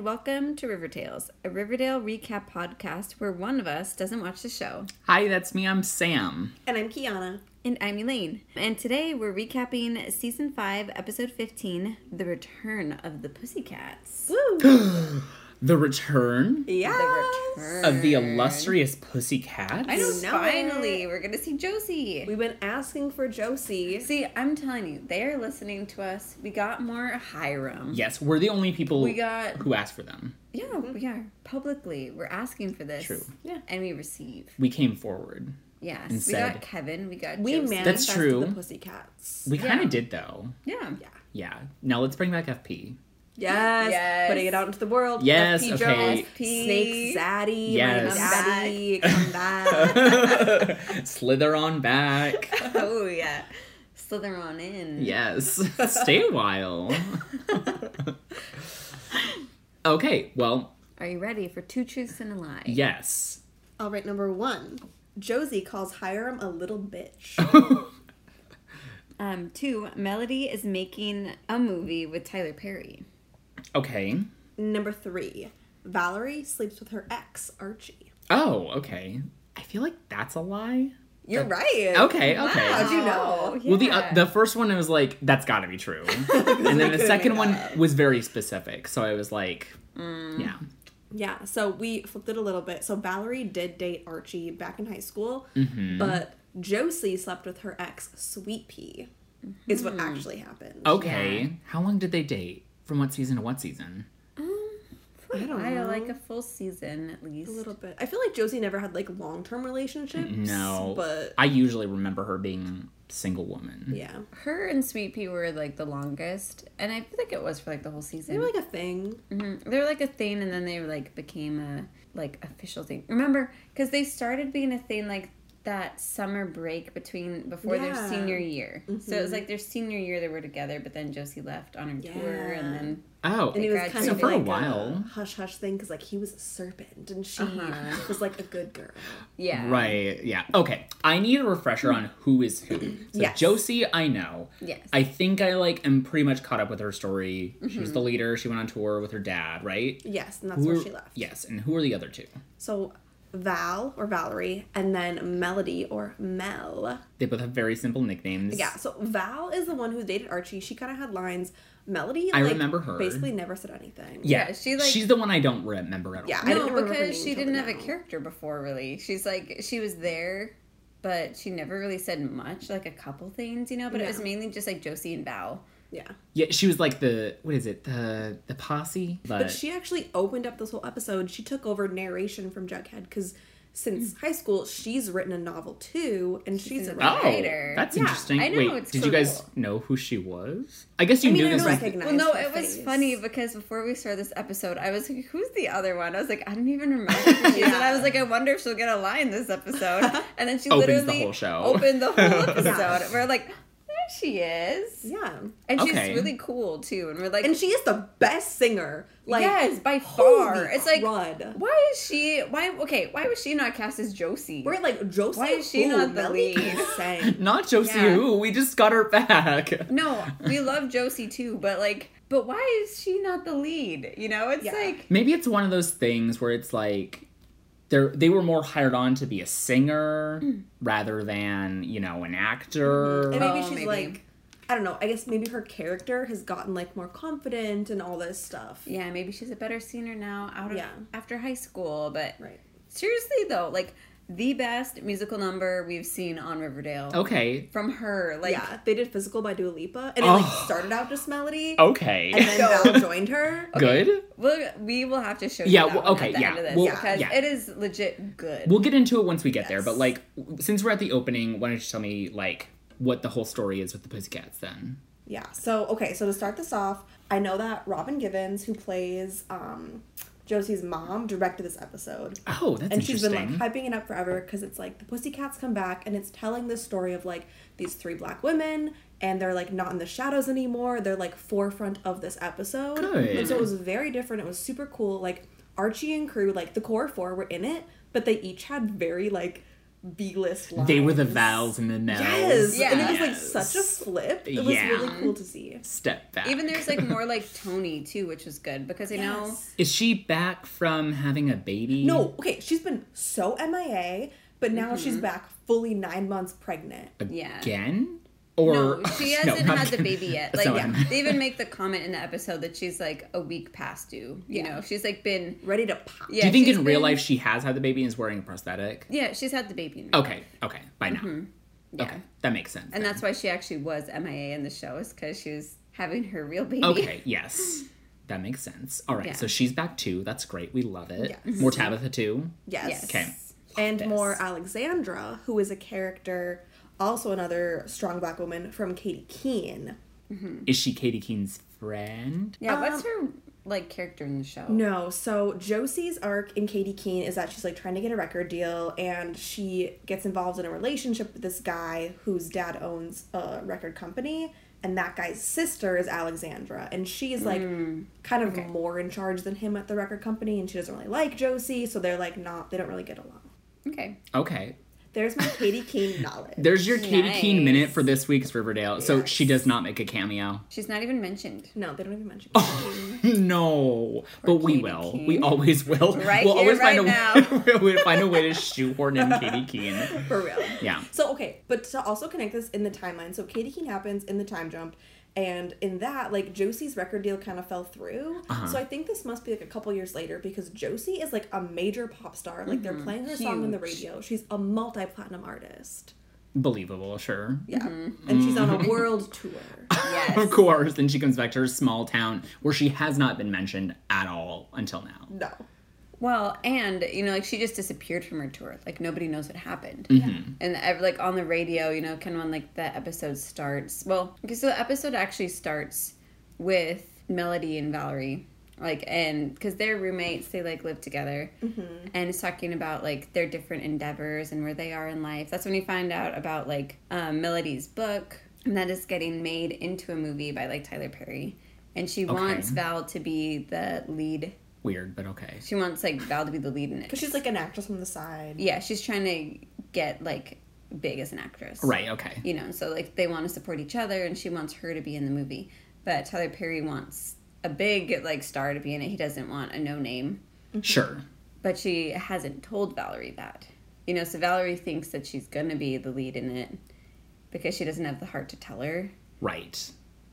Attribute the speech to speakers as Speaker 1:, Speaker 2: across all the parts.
Speaker 1: Welcome to River Tales, a Riverdale recap podcast where one of us doesn't watch the show.
Speaker 2: Hi, that's me. I'm Sam.
Speaker 3: And I'm Kiana.
Speaker 1: And I'm Elaine. And today we're recapping season 5, episode 15 The Return of the Pussycats.
Speaker 3: Woo!
Speaker 2: The return
Speaker 3: yeah.
Speaker 1: The return.
Speaker 2: of the illustrious pussycat.
Speaker 1: I know,
Speaker 3: You know
Speaker 1: finally,
Speaker 3: it.
Speaker 1: we're going to see Josie.
Speaker 3: We've been asking for Josie.
Speaker 1: see, I'm telling you, they are listening to us. We got more Hiram.
Speaker 2: Yes, we're the only people
Speaker 1: We got-
Speaker 2: who asked for them.
Speaker 1: Yeah, we are. Publicly, we're asking for this.
Speaker 2: True.
Speaker 3: Yeah.
Speaker 1: And we receive.
Speaker 2: We came forward.
Speaker 1: Yes.
Speaker 2: And
Speaker 1: we
Speaker 2: said-
Speaker 1: got Kevin. We got
Speaker 3: We
Speaker 1: Josie.
Speaker 3: manifested
Speaker 2: true.
Speaker 3: the Pussycats.
Speaker 2: We kind
Speaker 1: Yeah.
Speaker 2: of did though.
Speaker 1: Yeah.
Speaker 3: yeah.
Speaker 2: Yeah. Now let's bring back FP.
Speaker 3: Yes.
Speaker 1: Yes.
Speaker 3: Putting it out into the world.
Speaker 2: Yes,
Speaker 3: FP
Speaker 2: okay.
Speaker 3: Jones, Snake Zaddy.
Speaker 2: Yes.
Speaker 3: My daddy. Come back.
Speaker 2: Slither on back.
Speaker 1: oh yeah slither on in
Speaker 2: yes. Stay a while. okay, well,
Speaker 1: are you ready for two truths and a lie
Speaker 2: yes.
Speaker 3: All right, number one. Josie calls Hiram a little bitch.
Speaker 1: um two melody is making a movie with tyler perry
Speaker 2: okay.
Speaker 3: number three. Valerie sleeps with her ex, Archie.
Speaker 2: Oh, okay. I feel like that's a lie.
Speaker 3: You're right.
Speaker 2: Uh, Okay, okay.
Speaker 3: How'd you know?
Speaker 1: Oh, yeah.
Speaker 2: Well, the uh, the first one I was like, that's got to be true, and then the second one was very specific, so I was like,
Speaker 3: Mm,
Speaker 2: yeah,
Speaker 3: Yeah, so we flipped it a little bit. So Valerie did date Archie back in high school,
Speaker 2: Mm-hmm.
Speaker 3: but Josie slept with her ex, Sweet Pea, is what actually happened.
Speaker 2: okay. How long did they date? From what season to what season?
Speaker 1: Um, I
Speaker 3: I don't know.
Speaker 1: like a full season at least
Speaker 3: A little bit. I feel like Josie never had like long term relationships.
Speaker 2: No,
Speaker 3: But
Speaker 2: I usually remember her being a single woman.
Speaker 3: yeah.
Speaker 1: her and sweet pea were like the longest and i feel like it was for like the whole season
Speaker 3: They were like a thing.
Speaker 1: Mhm. They were like a thing, and then they like became a like official thing. Remember, because they started being a thing like that summer break between before their
Speaker 3: Yeah.
Speaker 1: senior year. So it was like their senior year they were together, but then Josie left on her tour,
Speaker 3: Yeah.
Speaker 1: and then
Speaker 2: Oh,
Speaker 3: And it was kind
Speaker 1: So
Speaker 3: of
Speaker 2: for a
Speaker 3: like
Speaker 2: while.
Speaker 3: hush hush thing because like he was a serpent and she was like a good girl.
Speaker 1: yeah,
Speaker 2: right, yeah, okay. I need a refresher on who is who. So
Speaker 3: Yes.
Speaker 2: Josie, I know.
Speaker 1: Yes.
Speaker 2: I think I like am pretty much caught up with her story. She was the leader. She went on tour with her dad, right?
Speaker 3: Yes, and Mm-hmm. that's
Speaker 2: Who
Speaker 3: where
Speaker 2: are-
Speaker 3: she left.
Speaker 2: Yes, and who are the other two?
Speaker 3: So Val or Valerie and then Melody or Mel.
Speaker 2: They both have very simple nicknames.
Speaker 3: Yeah, so Val is the one who dated Archie. She kind of had lines. Melody,
Speaker 2: I
Speaker 3: like,
Speaker 2: remember her.
Speaker 3: Basically, never said anything.
Speaker 2: Yeah,
Speaker 1: Yeah, she, like-
Speaker 2: she's the one I don't remember at all.
Speaker 3: Yeah, I
Speaker 1: No,
Speaker 3: don't remember her
Speaker 1: because
Speaker 3: name
Speaker 1: she
Speaker 3: till
Speaker 1: didn't
Speaker 3: right
Speaker 1: have a
Speaker 3: now.
Speaker 1: character before, really. She's like she was there, but she never really said much. Like a couple things, you know. But it was
Speaker 3: Yeah.
Speaker 1: mainly just like Josie and Val.
Speaker 3: yeah.
Speaker 2: yeah, she was like the what is it the the posse?
Speaker 3: But she actually opened up this whole episode. She took over narration from Jughead because since high school, she's written a novel too, and she's, a
Speaker 1: a
Speaker 2: Hmm. oh,
Speaker 3: writer.
Speaker 1: writer.
Speaker 2: that's
Speaker 1: Yeah,
Speaker 2: interesting.
Speaker 1: I know,
Speaker 2: Wait,
Speaker 1: it's
Speaker 2: did
Speaker 1: so
Speaker 2: you guys
Speaker 1: cool.
Speaker 2: know who she was? I guess you
Speaker 3: I mean,
Speaker 2: knew
Speaker 3: I
Speaker 2: this was.
Speaker 3: recognize-
Speaker 1: Well, no,
Speaker 3: her
Speaker 1: it was
Speaker 3: face.
Speaker 1: funny because before we started this episode, I was like, "Who's the other one?" I was like, "I don't even remember." Who she is. And I was like, "I wonder if she'll get a line this episode." And then she
Speaker 2: Opens the
Speaker 1: literally
Speaker 2: whole show.
Speaker 1: opened the whole episode.
Speaker 3: Yeah.
Speaker 1: We're like, "There she is,"
Speaker 3: Yeah,
Speaker 1: and she's
Speaker 2: Okay.
Speaker 1: really cool too. And we're like,
Speaker 3: and she is the best singer. Like,
Speaker 1: "Yes, by
Speaker 3: holy
Speaker 1: far." It's like,
Speaker 3: crud.
Speaker 1: why is she? Why okay? Why was she not cast as Josie?
Speaker 3: we're like Josie.
Speaker 1: Why is she
Speaker 3: who?
Speaker 1: not the
Speaker 3: Melody
Speaker 1: lead?
Speaker 3: can't sing.
Speaker 2: Not Josie.
Speaker 1: Yeah.
Speaker 2: Who we just got her back.
Speaker 1: no, we love Josie too, but like, but why is she not the lead? You know, it's
Speaker 3: Yeah.
Speaker 1: like.
Speaker 2: Maybe it's one of those things where it's like they're they were more hired on to be a singer rather than you know an actor.
Speaker 3: Mm-hmm. And maybe
Speaker 1: Oh,
Speaker 3: she's
Speaker 1: maybe.
Speaker 3: like, I don't know. I guess maybe her character has gotten like more confident and all this stuff.
Speaker 1: Yeah, maybe she's a better singer now out of
Speaker 3: Yeah.
Speaker 1: after high school, but
Speaker 3: Right.
Speaker 1: seriously though, like the best musical number we've seen on Riverdale
Speaker 2: okay,
Speaker 1: from her. Like
Speaker 3: yeah, they did physical by Dua Lipa, and it like
Speaker 2: Oh.
Speaker 3: started out just melody,
Speaker 2: okay,
Speaker 3: and then Val joined her.
Speaker 2: good.
Speaker 1: we'll, we will have to show
Speaker 2: Yeah,
Speaker 1: you that
Speaker 2: well,
Speaker 1: one
Speaker 2: okay,
Speaker 1: at the
Speaker 2: yeah,
Speaker 1: end of this
Speaker 2: we'll-
Speaker 1: because
Speaker 2: yeah.
Speaker 1: it is legit good.
Speaker 2: We'll get into it once we get there, but
Speaker 3: Yes.
Speaker 2: like since we're at the opening, why don't you tell me like what the whole story is with the Pussycats then?
Speaker 3: Yeah. So okay, so to start this off, I know that Robin Givens, who plays um, Josie's mom, directed this episode.
Speaker 2: Oh, that's
Speaker 3: And she's
Speaker 2: interesting.
Speaker 3: been like hyping it up forever because it's like the Pussycats come back and it's telling the story of like these three black women and they're like not in the shadows anymore. They're like forefront of this episode.
Speaker 2: Good.
Speaker 3: And so it was very different. It was super cool. Like Archie and crew, like the core four were in it, but they each had very like B list lines.
Speaker 2: They were the Vals and the Mels.
Speaker 3: Yes. And it was like
Speaker 2: Yes.
Speaker 3: such a flip. It was
Speaker 2: Yeah.
Speaker 3: really cool to see.
Speaker 2: step back.
Speaker 1: Even there's like more like Tony too, which is good because I know
Speaker 3: Yes.
Speaker 2: Is she back from having a baby?
Speaker 3: No, okay, she's been so MIA, but now she's back fully nine months pregnant.
Speaker 1: Yeah.
Speaker 2: Again? Or
Speaker 1: no, she
Speaker 2: No,
Speaker 1: hasn't
Speaker 2: not
Speaker 1: had the
Speaker 2: again.
Speaker 1: baby yet.
Speaker 2: That's
Speaker 1: Like
Speaker 2: not what I meant.
Speaker 1: they even make the comment in the episode that she's like a week past due. You know, she's like been
Speaker 3: Ready to pop.
Speaker 1: yeah.
Speaker 2: Do you think
Speaker 1: she's
Speaker 2: in real
Speaker 1: been-
Speaker 2: life she Oh. has had the baby and is wearing a prosthetic?
Speaker 1: Yeah, she's had the baby. In real
Speaker 2: Okay, okay, by now. Okay, that makes sense.
Speaker 1: Mm-hmm. And
Speaker 2: then.
Speaker 1: that's why she actually was MIA in the show is because she was having her real baby.
Speaker 2: Okay, yes. That makes sense. All right,
Speaker 1: Yeah.
Speaker 2: so she's back too. That's great. We love it.
Speaker 3: Yes.
Speaker 2: More Tabitha too.
Speaker 3: Yes.
Speaker 1: Yes.
Speaker 2: Okay.
Speaker 3: And
Speaker 2: Yes.
Speaker 3: more Alexandra, who is a character, also another strong black woman from Katie Keene.
Speaker 2: Is she Katie Keene's friend?
Speaker 1: Yeah, what's her like character in the show?
Speaker 3: No, so Josie's arc in Katie Keene is that she's like trying to get a record deal and she gets involved in a relationship with this guy whose dad owns a record company and that guy's sister is Alexandra and she's like kind of more in charge than him at the record company and she doesn't really like Josie, so they're like not they don't really get along.
Speaker 1: Okay.
Speaker 2: Okay.
Speaker 3: There's my Katie Keene knowledge.
Speaker 2: There's your Katie Keene
Speaker 1: Nice.
Speaker 2: minute for this week's Riverdale. So
Speaker 3: Yes.
Speaker 2: she does not make a cameo.
Speaker 1: She's not even mentioned.
Speaker 3: no, they don't even mention Katie Keene.
Speaker 2: No, but we
Speaker 1: Katie
Speaker 2: will.
Speaker 1: Keene.
Speaker 2: We always will.
Speaker 1: Right
Speaker 2: we'll
Speaker 1: here,
Speaker 2: always find
Speaker 1: right
Speaker 2: a way, we'll find a way to shoehorn in Katie Keene.
Speaker 3: For real.
Speaker 2: Yeah.
Speaker 3: So okay, but to also connect this in the timeline, so Katie Keene happens in the time jump, and in that, like Josie's record deal kind of fell through.
Speaker 2: Uh-huh.
Speaker 3: So I think this must be like a couple years later because Josie is like a major pop star.
Speaker 1: Mm-hmm.
Speaker 3: Like they're playing her song on the radio. She's a multi platinum artist.
Speaker 2: Believable, sure.
Speaker 3: Yeah.
Speaker 1: Mm-hmm.
Speaker 3: And she's on
Speaker 2: Mm-hmm.
Speaker 3: a world tour.
Speaker 1: Yes.
Speaker 2: Of course. Then she comes back to her small town where she has not been mentioned at all until now.
Speaker 3: No.
Speaker 1: Well, and you know, like she just disappeared from her tour. Like nobody knows what happened. And ev- like on the radio, you know, kind of when like the episode starts. Well, okay, so the episode actually starts with Melody and Valerie, like, and because they're roommates, they like live together, and it's talking about like their different endeavors and where they are in life. That's when you find out about like um, Melody's book, and that is getting made into a movie by like Tyler Perry, and she wants Val to be the lead
Speaker 2: Weird, but okay.
Speaker 1: she wants like Val to be the lead in it.
Speaker 3: Because she's like an actress on the side.
Speaker 1: Yeah, she's trying to get like big as an actress.
Speaker 2: Right, okay.
Speaker 1: You know, so like they want to support each other and she wants her to be in the movie. But Tyler Perry wants a big like star to be in it. He doesn't want a no name.
Speaker 2: Sure.
Speaker 1: But she hasn't told Valerie that. You know, so Valerie thinks that she's going to be the lead in it because she doesn't have the heart to tell her.
Speaker 2: Right.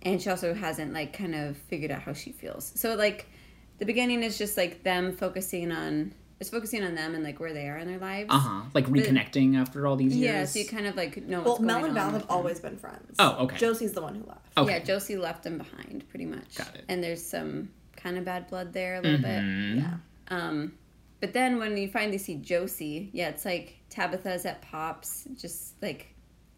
Speaker 1: and she also hasn't like kind of figured out how she feels so like the beginning is just like them focusing on it's focusing on them and like where they are in their lives
Speaker 2: Uh huh. Like reconnecting after all these years.
Speaker 1: yeah so you kind of like know
Speaker 3: Well,
Speaker 1: what's
Speaker 3: Mel
Speaker 1: going
Speaker 3: and Val
Speaker 1: on
Speaker 3: have always been friends.
Speaker 2: Oh, okay. Oh.
Speaker 3: Josie's the one who left.
Speaker 2: Okay.
Speaker 1: yeah josie left them behind pretty much
Speaker 2: Got it. Mm-hmm.
Speaker 1: and there's some kind of bad blood there a little bit yeah um but then when you finally see josie yeah it's like tabitha's at pops just like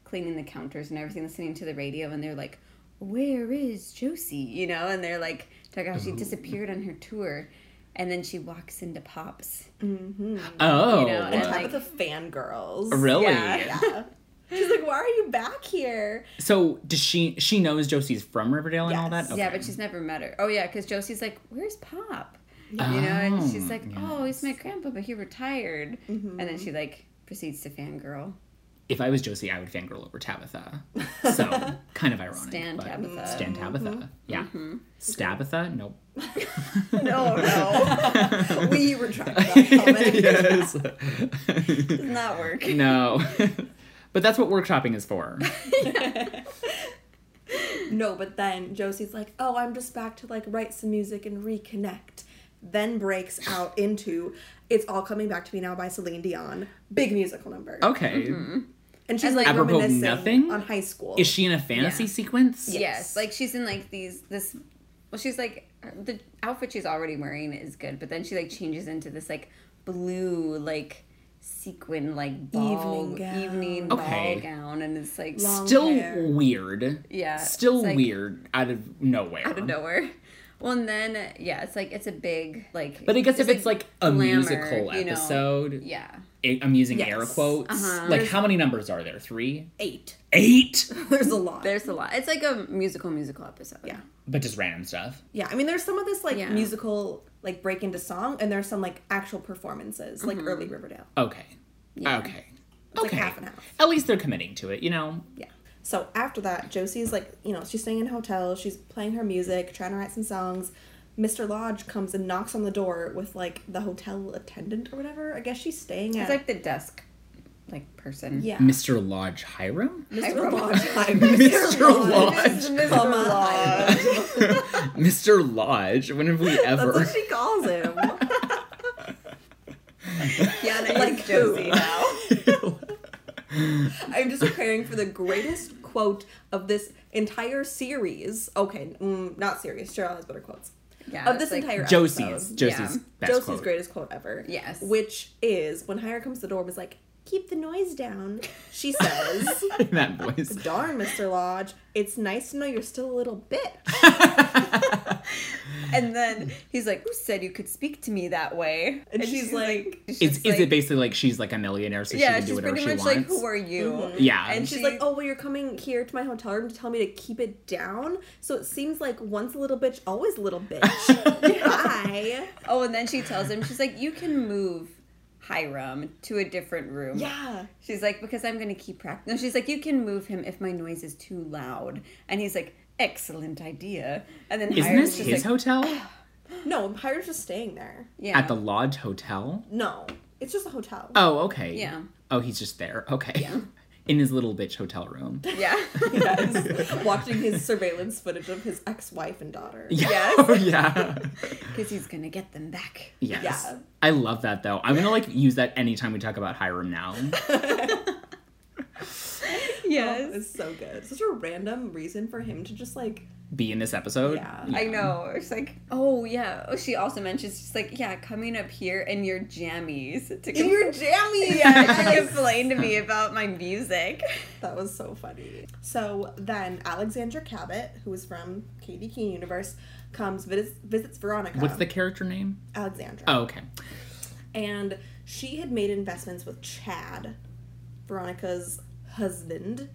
Speaker 1: cleaning the counters and everything listening to the radio and they're like where is josie you know and they're like talking how she disappeared on her tour and then she walks into pops
Speaker 3: Mm-hmm.
Speaker 2: Oh.
Speaker 1: You know,
Speaker 3: And
Speaker 1: Well,
Speaker 3: time with the fangirls.
Speaker 2: really?
Speaker 1: Yeah.
Speaker 3: Yeah. She's like, why are you back here?
Speaker 2: So does she? She knows Josie's from Riverdale and all
Speaker 3: Yes.
Speaker 2: that. Okay.
Speaker 1: yeah but she's never met her oh yeah because josie's like where's pop you know, and she's like, "Oh, he's my grandpa, but he retired." And then she like proceeds to fangirl,
Speaker 2: If I was Josie, I would fangirl over Tabitha. So kind of ironic.
Speaker 1: Stan
Speaker 2: but-
Speaker 1: Tabitha. Mm-hmm.
Speaker 2: Stan Tabitha. Yeah. Stabitha. Nope.
Speaker 1: No, no,
Speaker 3: We retract that comment.
Speaker 2: yes.
Speaker 1: does not work.
Speaker 2: no. but that's what workshopping is for.
Speaker 3: No, but then Josie's like, oh, I'm just back to like write some music and reconnect. Then breaks out into It's All Coming Back to Me Now by Celine Dion. Big musical number.
Speaker 2: Okay.
Speaker 1: Mm-hmm.
Speaker 3: And
Speaker 1: And,
Speaker 3: she's like
Speaker 1: like,
Speaker 2: Oh. Apropos
Speaker 3: reminiscing
Speaker 2: nothing?
Speaker 3: on high school.
Speaker 2: Is she in a fantasy
Speaker 1: Yeah.
Speaker 2: sequence?
Speaker 1: Yes. like she's in like these this. Well, she's like the outfit she's already wearing is good, but then she like changes into this like blue like sequin like ball,
Speaker 3: Evening gown.
Speaker 1: evening
Speaker 2: Okay.
Speaker 1: ball gown, and it's like
Speaker 3: Long
Speaker 2: Still
Speaker 3: hair.
Speaker 2: weird.
Speaker 1: Yeah,
Speaker 2: Still
Speaker 1: it's like-
Speaker 2: weird out of nowhere.
Speaker 1: out of nowhere. Well, and then yeah, it's like it's a big like.
Speaker 2: But I guess if
Speaker 1: like,
Speaker 2: it's like a
Speaker 1: glamour,
Speaker 2: musical
Speaker 1: you know.
Speaker 2: episode,
Speaker 1: yeah,
Speaker 2: I- I'm using
Speaker 3: Yes.
Speaker 2: air quotes.
Speaker 1: Uh-huh.
Speaker 2: Like, how many numbers are there? Three?
Speaker 3: eight.
Speaker 2: Eight?
Speaker 3: There's a lot.
Speaker 1: there's a lot. It's like a musical musical episode.
Speaker 3: yeah.
Speaker 2: but just random stuff.
Speaker 3: Yeah. I mean, there's some of this like
Speaker 1: Yeah.
Speaker 3: musical like break into song, and there's some like actual performances, like early Riverdale.
Speaker 2: Ah, Okay.
Speaker 1: Yeah.
Speaker 2: Okay.
Speaker 3: It's like half and half.
Speaker 2: At least they're committing to it, you know?
Speaker 3: Yeah. So after that, Josie's like, you know, she's staying in a hotel, she's playing her music, trying to write some songs. Mr. Lodge comes and knocks on the door with like the hotel attendant or whatever. I guess she's staying at
Speaker 1: It's like the desk, like person.
Speaker 3: yeah.
Speaker 2: Mr. Lodge Hiram?
Speaker 3: Mr.
Speaker 1: Hiram.
Speaker 3: Lodge. Hi,
Speaker 2: Mr. Lodge.
Speaker 1: This is Mr.
Speaker 3: Comma.
Speaker 1: Lodge.
Speaker 2: Mr. Lodge, when have we
Speaker 3: That's
Speaker 2: ever?
Speaker 3: what she calls him.
Speaker 1: Kiana
Speaker 3: Like
Speaker 1: is Josie
Speaker 3: who?
Speaker 1: now.
Speaker 3: I'm just preparing for the greatest quote of this entire series. Okay, mm, not series. Cheryl has better quotes.
Speaker 1: Yeah,
Speaker 3: of
Speaker 1: it's
Speaker 3: this
Speaker 1: like-
Speaker 3: entire
Speaker 2: Josie's.
Speaker 3: episode.
Speaker 2: Josie's
Speaker 1: Yeah.
Speaker 2: best
Speaker 3: Josie's
Speaker 2: quote.
Speaker 3: greatest quote ever.
Speaker 1: Yes.
Speaker 3: Which is when Hire comes to the door and was like, keep the noise down. She says,
Speaker 2: In that voice.
Speaker 3: Darn, Mr. Lodge, it's nice to know you're still a little bitch.
Speaker 1: And then he's like, "Who said you could speak to me that way?"
Speaker 3: And she's like-
Speaker 1: she's
Speaker 2: It's, is
Speaker 1: like-
Speaker 2: it basically like she's like a millionaire, so
Speaker 1: Yeah,
Speaker 2: she can do
Speaker 1: she's
Speaker 2: whatever
Speaker 1: pretty
Speaker 2: she
Speaker 1: much
Speaker 2: wants?
Speaker 1: like, "Who are you?"
Speaker 2: Yeah.
Speaker 1: And
Speaker 3: Mm-hmm. And
Speaker 1: she-
Speaker 3: she's like, Oh, well, you're coming here to my hotel room to tell me to keep it down. So it seems like once a little bitch, always a little bitch. Hi.
Speaker 1: Oh, and then she tells him, she's like, "You can move Hiram to a different room."
Speaker 3: Yeah.
Speaker 1: She's like, "Because I'm going to keep practicing." No, she's like, "You can move him if my noise is too loud." And he's like, "Excellent idea." And then
Speaker 2: Isn't
Speaker 1: Hiram's
Speaker 2: this
Speaker 1: just
Speaker 2: his
Speaker 1: like,
Speaker 2: hotel?
Speaker 3: No, Hire's just staying there.
Speaker 1: yeah.
Speaker 2: At the Lodge Hotel?
Speaker 3: No, it's just a hotel.
Speaker 2: Oh, okay.
Speaker 1: Yeah.
Speaker 2: Oh, he's just there. Okay. In his little bitch hotel room.
Speaker 1: yeah.
Speaker 3: yes. Watching his surveillance footage of his ex wife and daughter.
Speaker 2: Yeah.
Speaker 1: Yes.
Speaker 2: Oh, yeah.
Speaker 1: Because he's going to get them back.
Speaker 2: Yes.
Speaker 3: Yeah.
Speaker 2: I love that though. I'm gonna like use that anytime we talk about Hiram now.
Speaker 3: Oh, it's so good. Such a random reason for him to just like
Speaker 2: Be in this episode.
Speaker 3: Yeah.
Speaker 1: I know. It's like, oh yeah. Oh, she also mentions she's like, yeah, coming up here in your jammies. To
Speaker 3: in your jammies.
Speaker 1: yeah, to complain to me about my music.
Speaker 3: That was so funny. So then Alexandra Cabot, who is from Katie Keene Universe, comes visits, visits Veronica.
Speaker 2: What's the character name?
Speaker 3: Alexandra?
Speaker 2: Oh, okay.
Speaker 3: And she had made investments with Chad, Veronica's husband,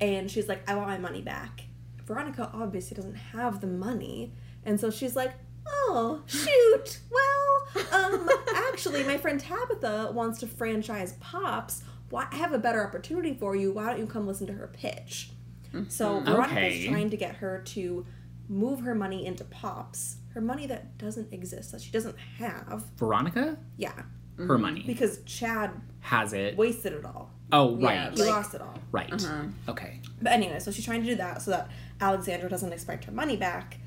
Speaker 3: and she's like, I want my money back. Veronica obviously doesn't have the money, and so she's like, Oh, shoot. Well, um, actually, my friend Tabitha wants to franchise Pops. Why, I have a better opportunity for you. Why don't you come listen to her pitch? So Veronica's
Speaker 2: Okay.
Speaker 3: trying to get her to move her money into Pops, her money that doesn't exist, that she doesn't have.
Speaker 2: Veronica?
Speaker 3: Yeah,
Speaker 1: Mm-hmm.
Speaker 2: Her money.
Speaker 3: because Chad
Speaker 2: Has it.
Speaker 3: wasted it all.
Speaker 2: Oh,
Speaker 1: Yeah, Uh-huh.
Speaker 2: right.
Speaker 3: He
Speaker 1: Like-
Speaker 3: lost it all.
Speaker 2: right. Okay.
Speaker 3: But anyway, so she's trying to do that so that Alexandra doesn't expect her money back.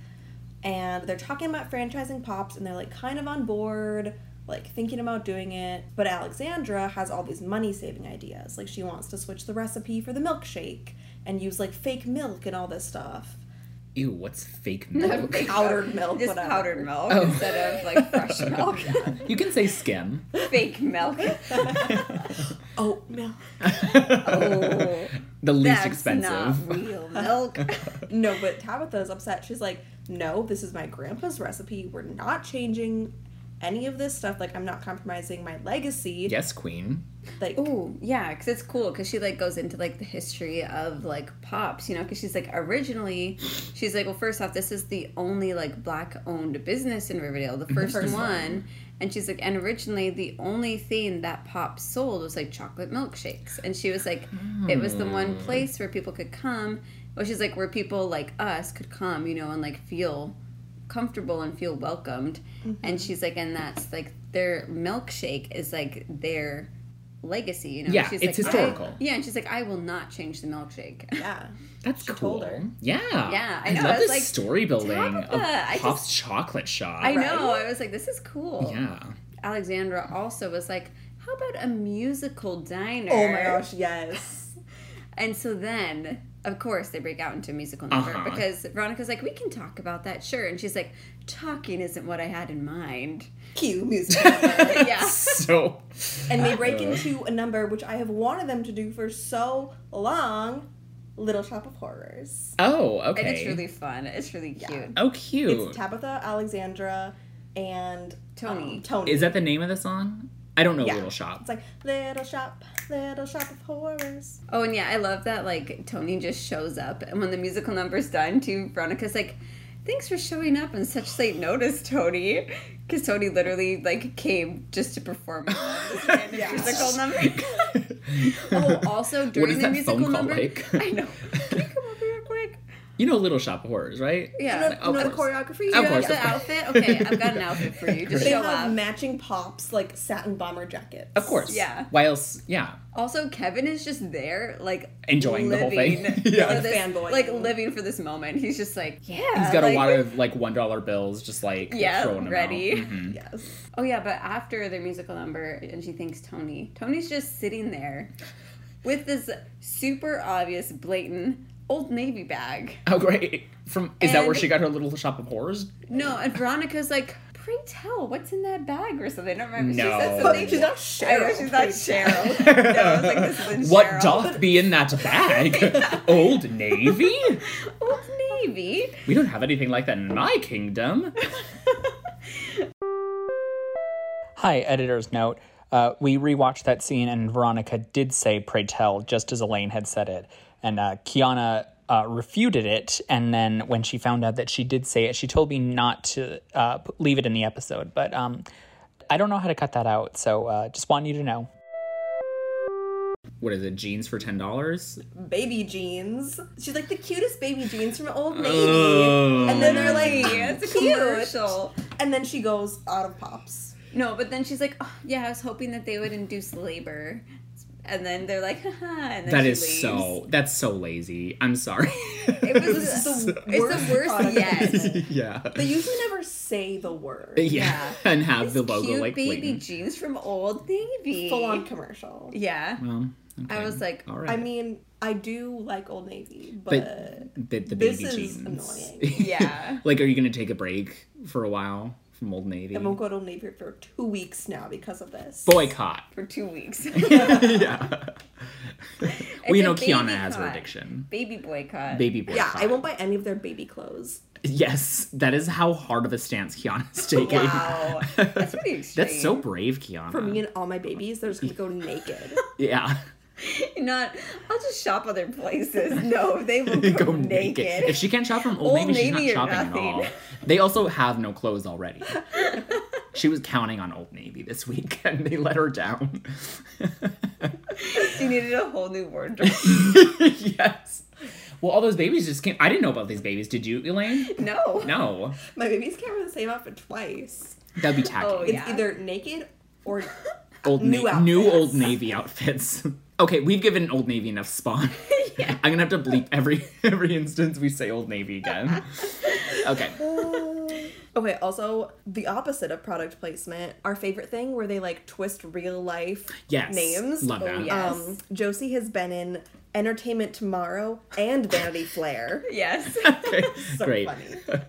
Speaker 3: And they're talking about franchising Pops and they're like kind of on board, like thinking about doing it. But Alexandra has all these money saving ideas. Like she wants to switch the recipe for the milkshake and use like fake milk and all this stuff.
Speaker 2: Ew, what's fake milk?
Speaker 3: Powdered milk,
Speaker 1: Just
Speaker 3: whatever.
Speaker 1: powdered milk instead of like fresh milk.
Speaker 2: you can say skim.
Speaker 1: Fake milk.
Speaker 3: Oat milk.
Speaker 1: Oh,
Speaker 2: The least
Speaker 1: that's
Speaker 2: expensive.
Speaker 1: not real milk.
Speaker 3: No, but Tabitha's upset. She's like, no, this is my grandpa's recipe. We're not changing any of this stuff. Like, I'm not compromising my legacy.
Speaker 2: Yes, queen.
Speaker 3: Like,
Speaker 1: Ooh, yeah, because it's cool because she like goes into like the history of like pops, you know, because she's like originally, she's like, well, first off, this is the only like black owned business in Riverdale, the first,
Speaker 3: first
Speaker 1: one. And she's like, and originally the only thing that Pop sold was like chocolate milkshakes. And she was like, it was the one place where people could come, or she's like, where people like us could come, you know, and like feel comfortable and feel welcomed.
Speaker 2: Mm-hmm.
Speaker 1: And she's like, and that's like their milkshake is like their legacy, you know?
Speaker 2: Yeah,
Speaker 1: she's
Speaker 2: it's
Speaker 1: like, I-
Speaker 2: historical.
Speaker 1: yeah, and she's like, I will not change the milkshake.
Speaker 3: yeah.
Speaker 2: That's
Speaker 3: She
Speaker 2: cool.
Speaker 3: told her.
Speaker 2: Yeah.
Speaker 1: Yeah, I know. I
Speaker 2: love
Speaker 1: was
Speaker 2: this
Speaker 1: like,
Speaker 2: story building
Speaker 1: Tabitha, I
Speaker 2: of
Speaker 1: just-
Speaker 2: Pop's chocolate shop.
Speaker 1: I know. I was like, this is cool.
Speaker 2: Yeah.
Speaker 1: Alexandra also was like, how about a musical diner?
Speaker 3: Oh my gosh, yes.
Speaker 1: And so then, of course, they break out into a musical number
Speaker 2: Uh-huh.
Speaker 1: because Veronica's like, we can talk about that, sure. And she's like, talking isn't what I had in mind.
Speaker 3: Cue music. number.
Speaker 1: yeah.
Speaker 2: So
Speaker 3: and they break
Speaker 2: Uh.
Speaker 3: into a number which I have wanted them to do for so long Little Shop of Horrors.
Speaker 2: Oh, okay.
Speaker 1: And it's really fun. It's really cute.
Speaker 2: Oh, cute.
Speaker 3: It's Tabitha, Alexandra, and
Speaker 1: Tony.
Speaker 3: um, Tony.
Speaker 2: Is that the name of the song? I don't know
Speaker 3: Yeah.
Speaker 2: Little Shop.
Speaker 3: It's like Little Shop, Little Shop of Horrors.
Speaker 1: Oh, and yeah, I love that, like, Tony just shows up. And when the musical number's done, too, Veronica's like, thanks for showing up on such late notice, Tony. Because Tony literally, like, came just to perform this random musical number. Oh, also during
Speaker 2: what is
Speaker 1: the
Speaker 2: that
Speaker 1: musical
Speaker 2: phone call
Speaker 1: number,
Speaker 2: like?
Speaker 1: I know. Can you come over here quick?
Speaker 2: You know Little Shop of Horrors, right?
Speaker 1: Yeah.
Speaker 3: You know, you
Speaker 2: Of
Speaker 3: know the
Speaker 2: course.
Speaker 3: choreography?
Speaker 1: Do
Speaker 2: Of
Speaker 1: you
Speaker 2: course,
Speaker 1: have the outfit? Okay, I've got an outfit for you. Just
Speaker 3: They
Speaker 1: show
Speaker 3: have
Speaker 1: up.
Speaker 3: matching pops, like satin bomber jackets.
Speaker 2: Of course.
Speaker 1: Yeah.
Speaker 2: Why else? Yeah.
Speaker 1: Also, Kevin is just there, like
Speaker 2: Enjoying the whole thing.
Speaker 1: living
Speaker 2: Yeah.
Speaker 1: for
Speaker 2: Like
Speaker 1: this-
Speaker 3: fanboying.
Speaker 1: like living for this moment. He's just like, yeah,
Speaker 2: He's got
Speaker 1: Uh, like,
Speaker 2: a lot of like one dollar bills, just like
Speaker 1: Yeah,
Speaker 2: throwing them
Speaker 1: ready.
Speaker 2: Out. Mhm.
Speaker 3: Yes.
Speaker 1: Oh yeah, but after their musical number, and she thinks Tony. Tony's just sitting there with this super obvious, blatant Old Navy bag.
Speaker 2: Oh great! From is that where
Speaker 1: And-
Speaker 2: she got her Little Shop of Horrors?
Speaker 1: No, and Veronica's like, "Pray tell, what's in that bag?" or something. I don't remember. She
Speaker 2: No.
Speaker 1: said
Speaker 3: But
Speaker 1: something.
Speaker 3: she's not
Speaker 1: I
Speaker 3: Cheryl.
Speaker 1: know she's not Cheryl. no, I was like, this isn't
Speaker 2: What
Speaker 1: Cheryl.
Speaker 2: doth be in that bag? Old Navy?
Speaker 1: Old Navy.
Speaker 2: We don't have anything like that in my kingdom.
Speaker 4: Hi, editor's note. Uh, we rewatched that scene, and Veronica did say "pray tell" just as Elaine had said it, and uh, Kiana uh, refuted it. And then when she found out that she did say it, she told me not to uh, p- leave it in the episode. But um, I don't know how to cut that out, so uh, just want you to know.
Speaker 2: What is it? Jeans for ten dollars?
Speaker 3: baby jeans. She's like the cutest baby jeans from Old Navy.
Speaker 2: Oh.
Speaker 3: And then they're like,
Speaker 1: Yeah, it's a
Speaker 3: cute.
Speaker 1: commercial.
Speaker 3: And then she goes out of pops.
Speaker 1: No, but then she's like, oh, "Yeah, I was hoping that they would induce labor," and then they're like, "Haha!" And then
Speaker 2: That
Speaker 1: she
Speaker 2: is
Speaker 1: leaves.
Speaker 2: so. That's so lazy. I'm sorry.
Speaker 1: It was
Speaker 3: This
Speaker 1: the
Speaker 3: is the
Speaker 1: It's
Speaker 3: worst
Speaker 1: the worst
Speaker 3: product.
Speaker 1: yet.
Speaker 2: yeah.
Speaker 3: They usually never say the word.
Speaker 2: yeah.
Speaker 1: Yeah.
Speaker 2: And have the logo
Speaker 1: Cute
Speaker 2: like
Speaker 1: baby
Speaker 2: blatant.
Speaker 1: jeans from Old Navy.
Speaker 3: Full on commercial.
Speaker 1: Yeah.
Speaker 2: Well,
Speaker 1: I
Speaker 2: Um, okay.
Speaker 1: was like,
Speaker 2: all right.
Speaker 3: I mean, I do like Old Navy, but,
Speaker 2: but the, the
Speaker 3: this
Speaker 2: baby jeans.
Speaker 3: is annoying.
Speaker 1: Yeah.
Speaker 2: like, are you gonna take a break for a while from Old Navy?
Speaker 3: I won't go to Old Navy for two weeks now because of this.
Speaker 2: Boycott.
Speaker 1: For two weeks.
Speaker 2: yeah. well, you
Speaker 1: a
Speaker 2: know,
Speaker 1: baby
Speaker 2: Kiana has her
Speaker 1: cot.
Speaker 2: addiction.
Speaker 1: Baby boycott.
Speaker 2: Baby boycott.
Speaker 3: Yeah, I won't buy any of their baby clothes.
Speaker 2: Yes, that is how hard of a stance Kiana's taking.
Speaker 1: Wow. That's pretty extreme.
Speaker 2: That's so brave, Kiana.
Speaker 3: For me and all my babies, they're just gonna go naked.
Speaker 2: yeah.
Speaker 1: Not, I'll just shop other places. No, they will go,
Speaker 2: Go
Speaker 1: naked.
Speaker 2: naked. If she can't shop from Old,
Speaker 1: Old
Speaker 2: Navy, she's
Speaker 1: Navy or
Speaker 2: not shopping
Speaker 1: nothing.
Speaker 2: at all. They also have no clothes already. she was counting on Old Navy this week, and they let her down.
Speaker 1: she needed a whole new wardrobe.
Speaker 2: yes. Well, all those babies just came. I didn't know about these babies. Did you, Elaine?
Speaker 1: No.
Speaker 2: No.
Speaker 3: my babies can't wear the same outfit twice.
Speaker 2: That'd be tacky.
Speaker 1: Oh,
Speaker 3: It's
Speaker 1: yeah.
Speaker 3: either naked or
Speaker 2: old
Speaker 3: New
Speaker 2: new,
Speaker 3: outfits.
Speaker 2: new old navy outfits. Okay, we've given Old Navy enough spawn. I'm gonna have to bleep every every instance we say Old Navy again. Okay,
Speaker 3: Okay, also the opposite of product placement, our favorite thing where they like twist real life
Speaker 2: Yes.
Speaker 3: names.
Speaker 2: Love
Speaker 1: Oh,
Speaker 2: that.
Speaker 1: yeah.
Speaker 3: Um Josie has been in Entertainment Tomorrow and Vanity Flair.
Speaker 1: Yes.
Speaker 2: Okay,
Speaker 3: So
Speaker 2: Great.
Speaker 3: funny.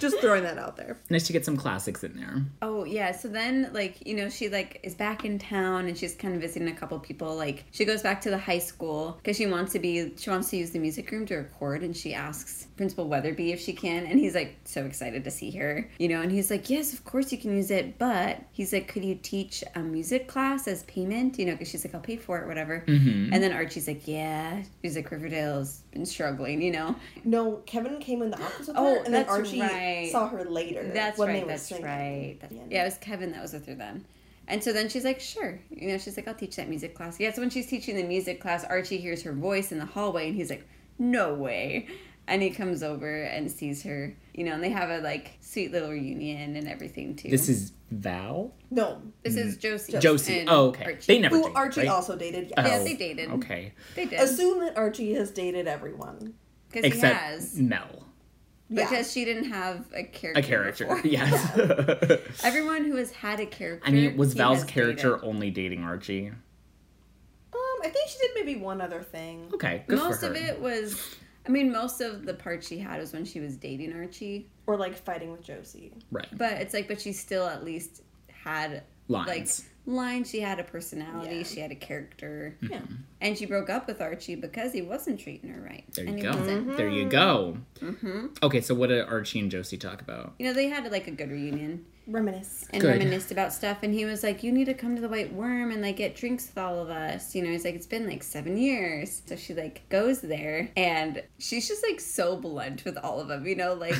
Speaker 3: Just throwing that out there.
Speaker 2: Nice to get some classics in there.
Speaker 1: Oh yeah, so then like you know she like is back in town and she's kind of visiting a couple people. Like she goes back to the high school because she wants to be she wants to use the music room to record, and she asks Principal Weatherby if she can, and he's like so excited to see her, you know, and he's like yes, of course you can use it, but he's like could you teach a music class as payment, you know, because she's like I'll pay for it, whatever. And then Archie's like yeah, he's like Riverdale's been struggling, you know.
Speaker 3: No, Kevin came in the office with
Speaker 1: Oh,
Speaker 3: her, and then
Speaker 1: that's
Speaker 3: Archie
Speaker 1: right.
Speaker 3: saw her later.
Speaker 1: That's
Speaker 3: when they
Speaker 1: right.
Speaker 3: were
Speaker 1: That's
Speaker 3: singing.
Speaker 1: right. That-
Speaker 3: Yeah.
Speaker 1: yeah. it was Kevin that was with her then. And so then she's like, sure. You know, she's like, I'll teach that music class. Yeah, so when she's teaching the music class, Archie hears her voice in the hallway and he's like, no way. And he comes over and sees her, you know, and they have a like sweet little reunion and everything too.
Speaker 2: This is Val,
Speaker 3: No.
Speaker 1: this is Josie.
Speaker 2: Josie.
Speaker 1: and
Speaker 2: oh, okay.
Speaker 1: Archie.
Speaker 2: They never.
Speaker 3: Who
Speaker 2: dated,
Speaker 3: Archie
Speaker 2: right?
Speaker 3: also dated, yes.
Speaker 1: Yeah,
Speaker 2: Oh,
Speaker 1: they dated.
Speaker 2: Okay,
Speaker 1: They did.
Speaker 3: Assume that Archie has dated everyone.
Speaker 1: Because he
Speaker 2: except
Speaker 1: has.
Speaker 2: Mel,
Speaker 3: Yeah.
Speaker 1: Because she didn't have a character.
Speaker 2: a character.
Speaker 1: before.
Speaker 2: Yes.
Speaker 1: Everyone who has had a character.
Speaker 2: I mean, was
Speaker 1: he
Speaker 2: Val's
Speaker 1: has
Speaker 2: character
Speaker 1: dated.
Speaker 2: only dating Archie?
Speaker 3: Um, I think she did maybe one other thing.
Speaker 2: Okay, good
Speaker 1: most
Speaker 2: for her.
Speaker 1: of it was i mean most of the part she had was when she was dating archie
Speaker 3: Or like fighting with Josie.
Speaker 2: Right.
Speaker 1: but it's like but she still at least had
Speaker 2: Lines.
Speaker 1: like lines she had a personality
Speaker 3: Yeah.
Speaker 1: she had a character
Speaker 2: Mm-hmm.
Speaker 3: Yeah.
Speaker 1: and she broke up with archie because he wasn't treating her right
Speaker 2: There
Speaker 1: and
Speaker 2: you
Speaker 1: he
Speaker 2: go. Mm-hmm.
Speaker 1: wasn't
Speaker 2: There you go. Okay, so what did Archie and Josie talk about?
Speaker 1: you know they had like a good reunion
Speaker 3: Reminisce.
Speaker 1: and
Speaker 2: Good.
Speaker 1: reminisced about stuff and he was like you need to come to the white worm and like get drinks with all of us you know he's like it's been like seven years so she like goes there and she's just like so blunt with all of them you know like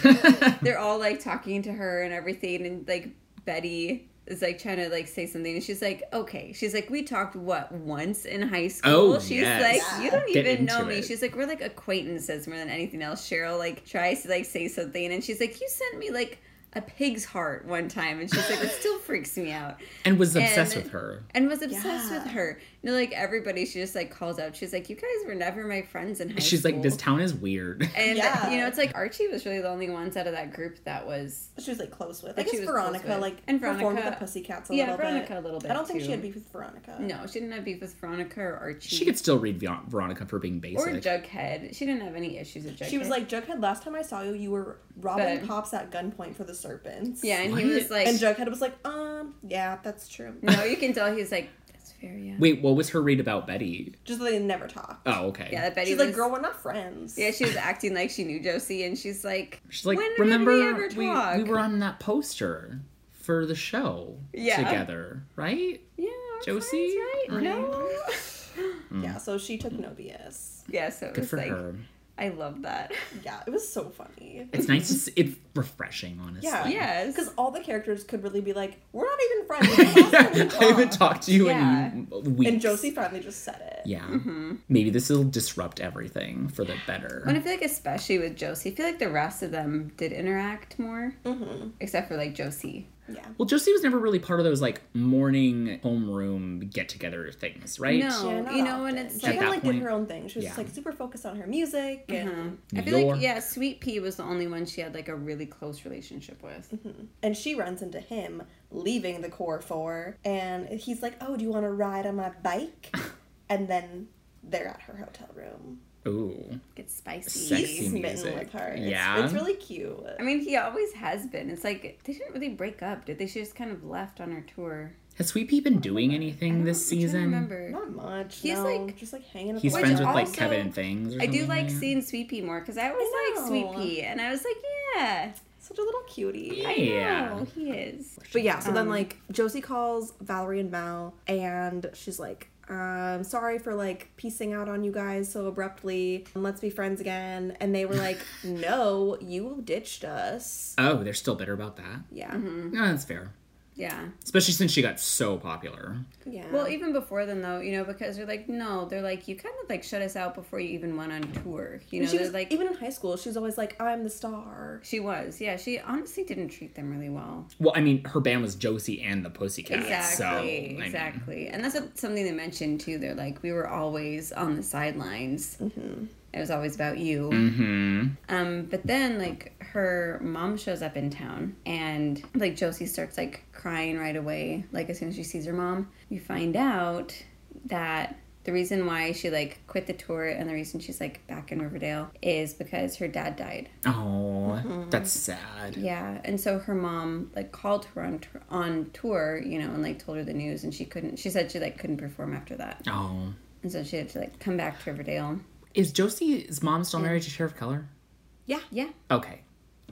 Speaker 1: they're all like talking to her and everything and like betty is like trying to like say something and she's like okay she's like we talked what once in high school
Speaker 2: Oh,
Speaker 1: she's
Speaker 2: yes.
Speaker 1: like you don't
Speaker 2: Get
Speaker 1: even know
Speaker 2: into
Speaker 1: me
Speaker 2: it.
Speaker 1: she's like we're like acquaintances more than anything else cheryl like tries to like say something and she's like you sent me like a pig's heart one time and she's like it still freaks me out
Speaker 2: and was obsessed
Speaker 1: And-
Speaker 2: with her.
Speaker 1: and was obsessed
Speaker 3: Yeah.
Speaker 1: with her you know like everybody she just like calls out she's like you guys were never my friends in high
Speaker 2: She's
Speaker 1: school
Speaker 2: like, this town is weird.
Speaker 1: and
Speaker 3: Yeah.
Speaker 1: you know it's like archie was really the only ones out of that group that was
Speaker 3: She was like close with. I
Speaker 1: That she
Speaker 3: guess
Speaker 1: was close
Speaker 3: Veronica
Speaker 1: with.
Speaker 3: like
Speaker 1: And
Speaker 3: performed with the
Speaker 1: Veronica-
Speaker 3: Pussycats a
Speaker 1: Yeah,
Speaker 3: little
Speaker 1: Veronica
Speaker 3: bit.
Speaker 1: a little bit,
Speaker 3: I don't think she
Speaker 1: too.
Speaker 3: had beef with Veronica.
Speaker 1: no she didn't have beef with veronica or archie
Speaker 2: she could still read Ve- Veronica for being basic.
Speaker 1: or Jughead. She didn't have any issues with Jughead.
Speaker 3: She was like, Jughead, last time I saw you, you were robbing
Speaker 1: But-
Speaker 3: cops at gunpoint for the serpents.
Speaker 1: yeah, and he
Speaker 2: What?
Speaker 1: was like,
Speaker 3: And Jughead was like, um, yeah, that's true.
Speaker 1: no, you can tell he was like, that's fair, yeah.
Speaker 2: Wait, what was her read about Betty?
Speaker 3: Just that they never talked.
Speaker 2: Oh, okay.
Speaker 1: yeah, that Betty
Speaker 3: She's
Speaker 1: was
Speaker 3: like, girl, we're not friends.
Speaker 1: Yeah, she was acting like she knew Josie, and she's like,
Speaker 2: She's like,
Speaker 1: when did
Speaker 2: remember
Speaker 1: we ever talk?
Speaker 2: we were on that poster for the show
Speaker 1: Yeah.
Speaker 2: together, right?
Speaker 1: yeah,
Speaker 2: Josie?
Speaker 1: Josie, right? No,
Speaker 2: Mm.
Speaker 3: Yeah, so she took
Speaker 1: Mm.
Speaker 3: no BS.
Speaker 1: yeah. So it
Speaker 2: Good
Speaker 1: was
Speaker 2: for
Speaker 1: like,
Speaker 2: her.
Speaker 1: I love that.
Speaker 3: Yeah, it was so funny.
Speaker 2: It's nice to see. It's refreshing, honestly.
Speaker 3: Yeah.
Speaker 1: Yes.
Speaker 3: Because all the characters could really be like, we're not even friends. We're not even
Speaker 2: I haven't
Speaker 3: talked."
Speaker 2: talked to you
Speaker 1: Yeah.
Speaker 2: in weeks.
Speaker 3: And Josie finally just said it.
Speaker 2: Yeah. Maybe this will disrupt everything for the better.
Speaker 1: Mm-hmm. And I feel like, especially with Josie, I feel like the rest of them did interact more,
Speaker 3: Mm-hmm.
Speaker 1: except for like Josie.
Speaker 3: Yeah.
Speaker 2: well, Josie was never really part of those like morning homeroom get together things, right?
Speaker 1: No.
Speaker 3: Yeah,
Speaker 1: Oh,
Speaker 3: not
Speaker 1: you know, and
Speaker 3: often.
Speaker 1: it's
Speaker 3: she
Speaker 1: like-
Speaker 3: kind of
Speaker 2: At
Speaker 3: like
Speaker 2: that
Speaker 3: did
Speaker 2: point-
Speaker 3: her own thing. She was just
Speaker 2: Yeah.
Speaker 3: like super focused on her music and
Speaker 1: Mm-hmm. I feel
Speaker 2: Your-
Speaker 1: like yeah, Sweet Pea was the only one she had like a really close relationship with.
Speaker 2: Mm-hmm.
Speaker 3: and she runs into him leaving the core four and he's like, Oh, do you wanna ride on my bike? and then they're at her hotel room.
Speaker 2: Ooh.
Speaker 1: Gets spicy.
Speaker 2: Sexy
Speaker 3: He's smitten
Speaker 2: music.
Speaker 3: with her. It's,
Speaker 2: Yeah.
Speaker 3: it's really cute.
Speaker 1: I mean, he always has been. It's like they didn't really break up, did they? She just kind of left on her tour.
Speaker 2: Has Sweet Pea been doing anything this
Speaker 1: I don't
Speaker 2: season?
Speaker 1: remember.
Speaker 3: Not much.
Speaker 1: He's,
Speaker 3: no,
Speaker 1: like-
Speaker 3: just like hanging out.
Speaker 2: He's
Speaker 1: Which
Speaker 2: friends with like
Speaker 1: also-
Speaker 2: Kevin and Things. Or
Speaker 1: I do
Speaker 2: something
Speaker 1: like
Speaker 2: that.
Speaker 1: seeing Sweet Pea more because I always
Speaker 3: I
Speaker 1: liked Sweet
Speaker 3: know.
Speaker 1: Pea, and I was like, yeah,
Speaker 3: such a little cutie.
Speaker 1: I
Speaker 2: Yeah.
Speaker 1: know he is.
Speaker 3: But yeah, so then like Josie calls Valerie and Mal, and she's like, "I'm sorry for like piecing out on you guys so abruptly. and Let's be friends again." And they were like, "No, you ditched us."
Speaker 2: Oh, they're still bitter about that.
Speaker 3: Yeah,
Speaker 1: Mm-hmm.
Speaker 2: No, that's fair.
Speaker 1: Yeah.
Speaker 2: Especially since she got so popular.
Speaker 3: yeah.
Speaker 1: Well, even before then, though, you know, because they're like, no, they're like, you kind of like shut us out before you even went on tour. You know,
Speaker 3: she
Speaker 1: they're
Speaker 3: was
Speaker 1: like,
Speaker 3: like, even in high school, she was always like, "I'm the star."
Speaker 1: she was. Yeah, she honestly didn't treat them really well.
Speaker 2: Well, I mean, her band was Josie and the Pussycats. so, I
Speaker 1: Exactly,
Speaker 2: mean,
Speaker 1: exactly. And that's what, something they mentioned too. They're like, we were always on the sidelines. It was always about you.
Speaker 2: mm-hmm.
Speaker 1: Um, but then like her mom shows up in town, and like Josie starts like crying right away. Like as soon as she sees her mom, we find out that the reason why she like quit the tour and the reason she's like back in Riverdale is because her dad died.
Speaker 2: Oh, that's sad.
Speaker 1: Mm-hmm. Yeah, and so her mom like called her on tour, on tour, you know, and like told her the news, and she couldn't. She said she like couldn't perform after that,
Speaker 2: Oh.
Speaker 1: and so she had to like come back to Riverdale.
Speaker 2: Is Josie's mom still married to Sheriff Keller?
Speaker 3: Yeah,
Speaker 1: Yeah,
Speaker 2: Okay.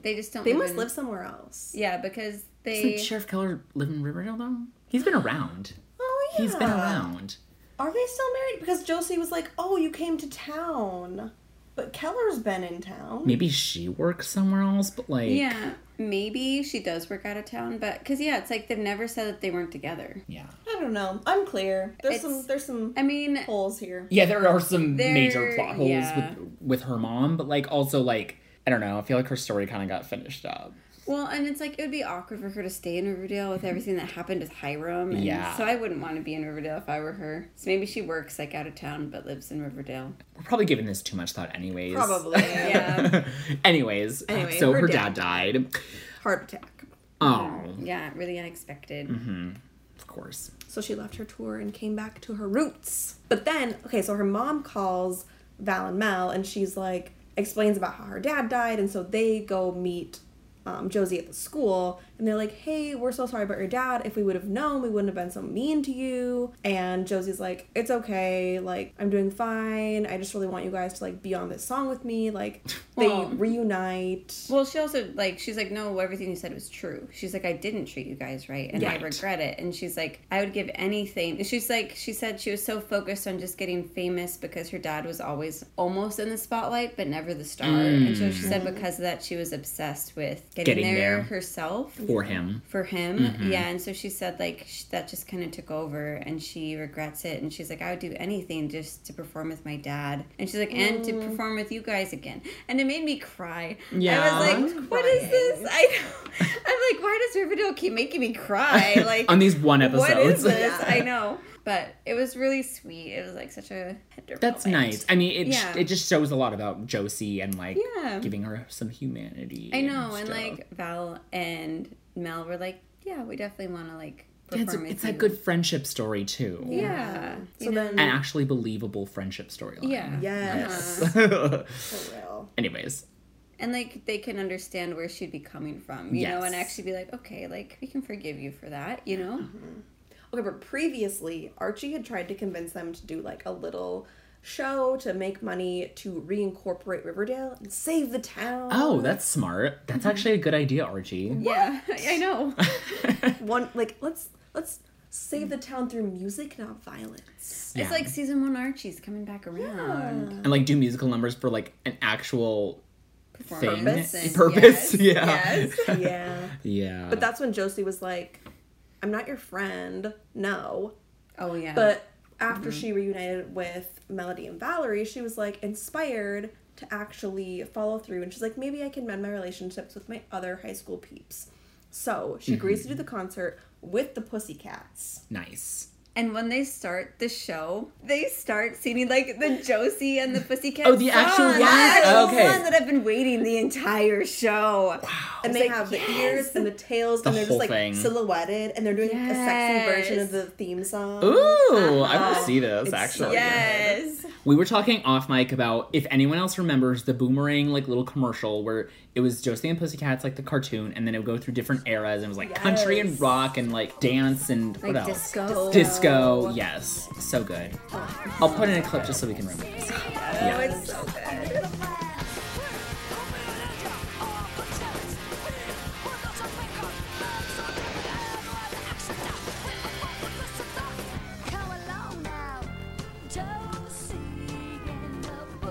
Speaker 1: they just don't.
Speaker 3: they must
Speaker 1: in-
Speaker 3: live somewhere else.
Speaker 1: Yeah, because they.
Speaker 2: Doesn't Sheriff Keller live in Riverdale, though? He's been around.
Speaker 3: Oh yeah,
Speaker 2: He's been around.
Speaker 3: Are they still married? Because Josie was like, "Oh, you came to town," but Keller's been in town.
Speaker 2: Maybe she works somewhere else, but like.
Speaker 1: yeah, maybe she does work out of town, but because yeah, it's like they've never said that they weren't together.
Speaker 2: Yeah.
Speaker 3: I don't know. Unclear. There's
Speaker 1: It's-
Speaker 3: some. There's some
Speaker 1: I mean,
Speaker 3: holes here.
Speaker 2: Yeah, there are some
Speaker 1: There-
Speaker 2: major plot holes
Speaker 1: yeah.
Speaker 2: with, with her mom, but like also, like, I don't know. I feel like her story kind of got finished up.
Speaker 1: well, and it's like it would be awkward for her to stay in Riverdale with everything that happened with Hiram. And
Speaker 2: Mm-hmm. Yeah.
Speaker 1: So I wouldn't want to be in Riverdale if I were her. So maybe she works like out of town but lives in Riverdale.
Speaker 2: We're probably giving this too much thought, anyways.
Speaker 3: Probably.
Speaker 1: Yeah.
Speaker 2: anyways,
Speaker 3: Anyway,
Speaker 2: so
Speaker 3: her
Speaker 2: her, dad, died.
Speaker 3: Heart attack.
Speaker 2: Oh,
Speaker 1: Yeah, really unexpected.
Speaker 2: of course.
Speaker 3: So she left her tour and came back to her roots. But then, okay, so her mom calls Val and Mel and she's like, explains about how her dad died. And so they go meet um, Josie at the school and they're like, hey, we're so sorry about your dad. If we would have known, we wouldn't have been so mean to you. And Josie's like, it's okay. Like, I'm doing fine. I just really want you guys to like be on this song with me. Like, they
Speaker 1: Well-
Speaker 3: reunite.
Speaker 1: Well, she also like she's like, no, everything you said was true. She's like, I didn't treat you guys right, and
Speaker 2: Right.
Speaker 1: I regret it. And she's like, I would give anything. And she's like, she said she was so focused on just getting famous because her dad was always almost in the spotlight but never the star. And so she said because of that she was obsessed with getting,
Speaker 2: Mm. Getting
Speaker 1: there,
Speaker 2: there.
Speaker 1: herself.
Speaker 2: for him.
Speaker 1: for him.
Speaker 2: Mm-hmm.
Speaker 1: Yeah, and so she said like sh- that just kind of took over, and she regrets it. And she's like, I would do anything just to perform with my dad. And she's like, and to
Speaker 2: Mm.
Speaker 1: perform with you guys again. And it made me cry. I
Speaker 2: Yeah.
Speaker 1: was
Speaker 2: I'm
Speaker 1: like, what is this? I know. I'm like, why does Riverdale keep making me cry? Like
Speaker 2: On these one
Speaker 1: what is
Speaker 2: episodes.
Speaker 1: this? I know. But it was really sweet. It was like such a tender
Speaker 2: That's
Speaker 1: moment.
Speaker 2: nice. I mean, it
Speaker 1: Yeah.
Speaker 2: it just shows a lot about Josie and like
Speaker 1: Yeah.
Speaker 2: giving her some humanity.
Speaker 1: I know, and
Speaker 2: stuff.
Speaker 1: like Val and Mel were like, yeah, we definitely want to like perform
Speaker 2: Yeah, it's,
Speaker 1: with
Speaker 2: it's a
Speaker 1: you."
Speaker 2: good friendship story too.
Speaker 1: Yeah.
Speaker 3: So
Speaker 1: You know?
Speaker 3: then,
Speaker 2: An actually believable friendship storyline.
Speaker 1: yeah.
Speaker 3: yes,
Speaker 2: Yeah.
Speaker 3: for real.
Speaker 2: Anyways,
Speaker 1: and like they can understand where she'd be coming from, you know, and
Speaker 2: Yes. Uh-huh.
Speaker 1: actually be like, okay, like we can forgive you for that, you know.
Speaker 3: Okay, but previously, Archie had tried to convince them to do like a little show to make money to reincorporate Riverdale and save the town.
Speaker 2: oh, that's smart. That's actually a good idea, Archie.
Speaker 1: Mm-hmm. Yeah, I know.
Speaker 3: one like let's let's save the town through music, not violence.
Speaker 2: Yeah.
Speaker 1: It's like season one Archie's coming back around.
Speaker 2: and like do musical numbers for like an actual thing
Speaker 1: Performance and-
Speaker 2: purpose.
Speaker 1: yes,
Speaker 2: yeah.
Speaker 1: yes.
Speaker 3: yeah.
Speaker 2: Yeah.
Speaker 3: But that's when Josie was like, I'm not your friend. No.
Speaker 1: Oh yeah.
Speaker 3: But after she reunited with Melody and Valerie, she was like inspired to actually follow through. And she's like, maybe I can mend my relationships with my other high school peeps. So she agrees to do the concert with the Pussycats.
Speaker 2: nice.
Speaker 1: and when they start the show, they start singing like the Josie and the Pussycat.
Speaker 2: Oh, the actual
Speaker 1: song,
Speaker 2: one?
Speaker 1: the actual
Speaker 2: Okay.
Speaker 1: one that I've been waiting the entire show. Wow.
Speaker 3: And they have the ears and the tails, and they're
Speaker 2: whole
Speaker 3: just like
Speaker 2: thing.
Speaker 3: silhouetted, and they're doing a sexy version
Speaker 1: Yes.
Speaker 3: of the theme song.
Speaker 2: Ooh, I want
Speaker 1: Uh-huh.
Speaker 2: to see this
Speaker 3: It's
Speaker 2: actually.
Speaker 1: Yes.
Speaker 2: We were talking off mic about if anyone else remembers the boomerang like little commercial where it was Josie and Pussycats like the cartoon and then it would go through different eras and it was like country and
Speaker 3: Yes.
Speaker 2: rock and like dance and what
Speaker 1: Like
Speaker 2: else?
Speaker 1: disco.
Speaker 2: Disco, yes. So good. I'll put in a clip just so we can remember this. Yeah.
Speaker 1: Oh, it's so good. Love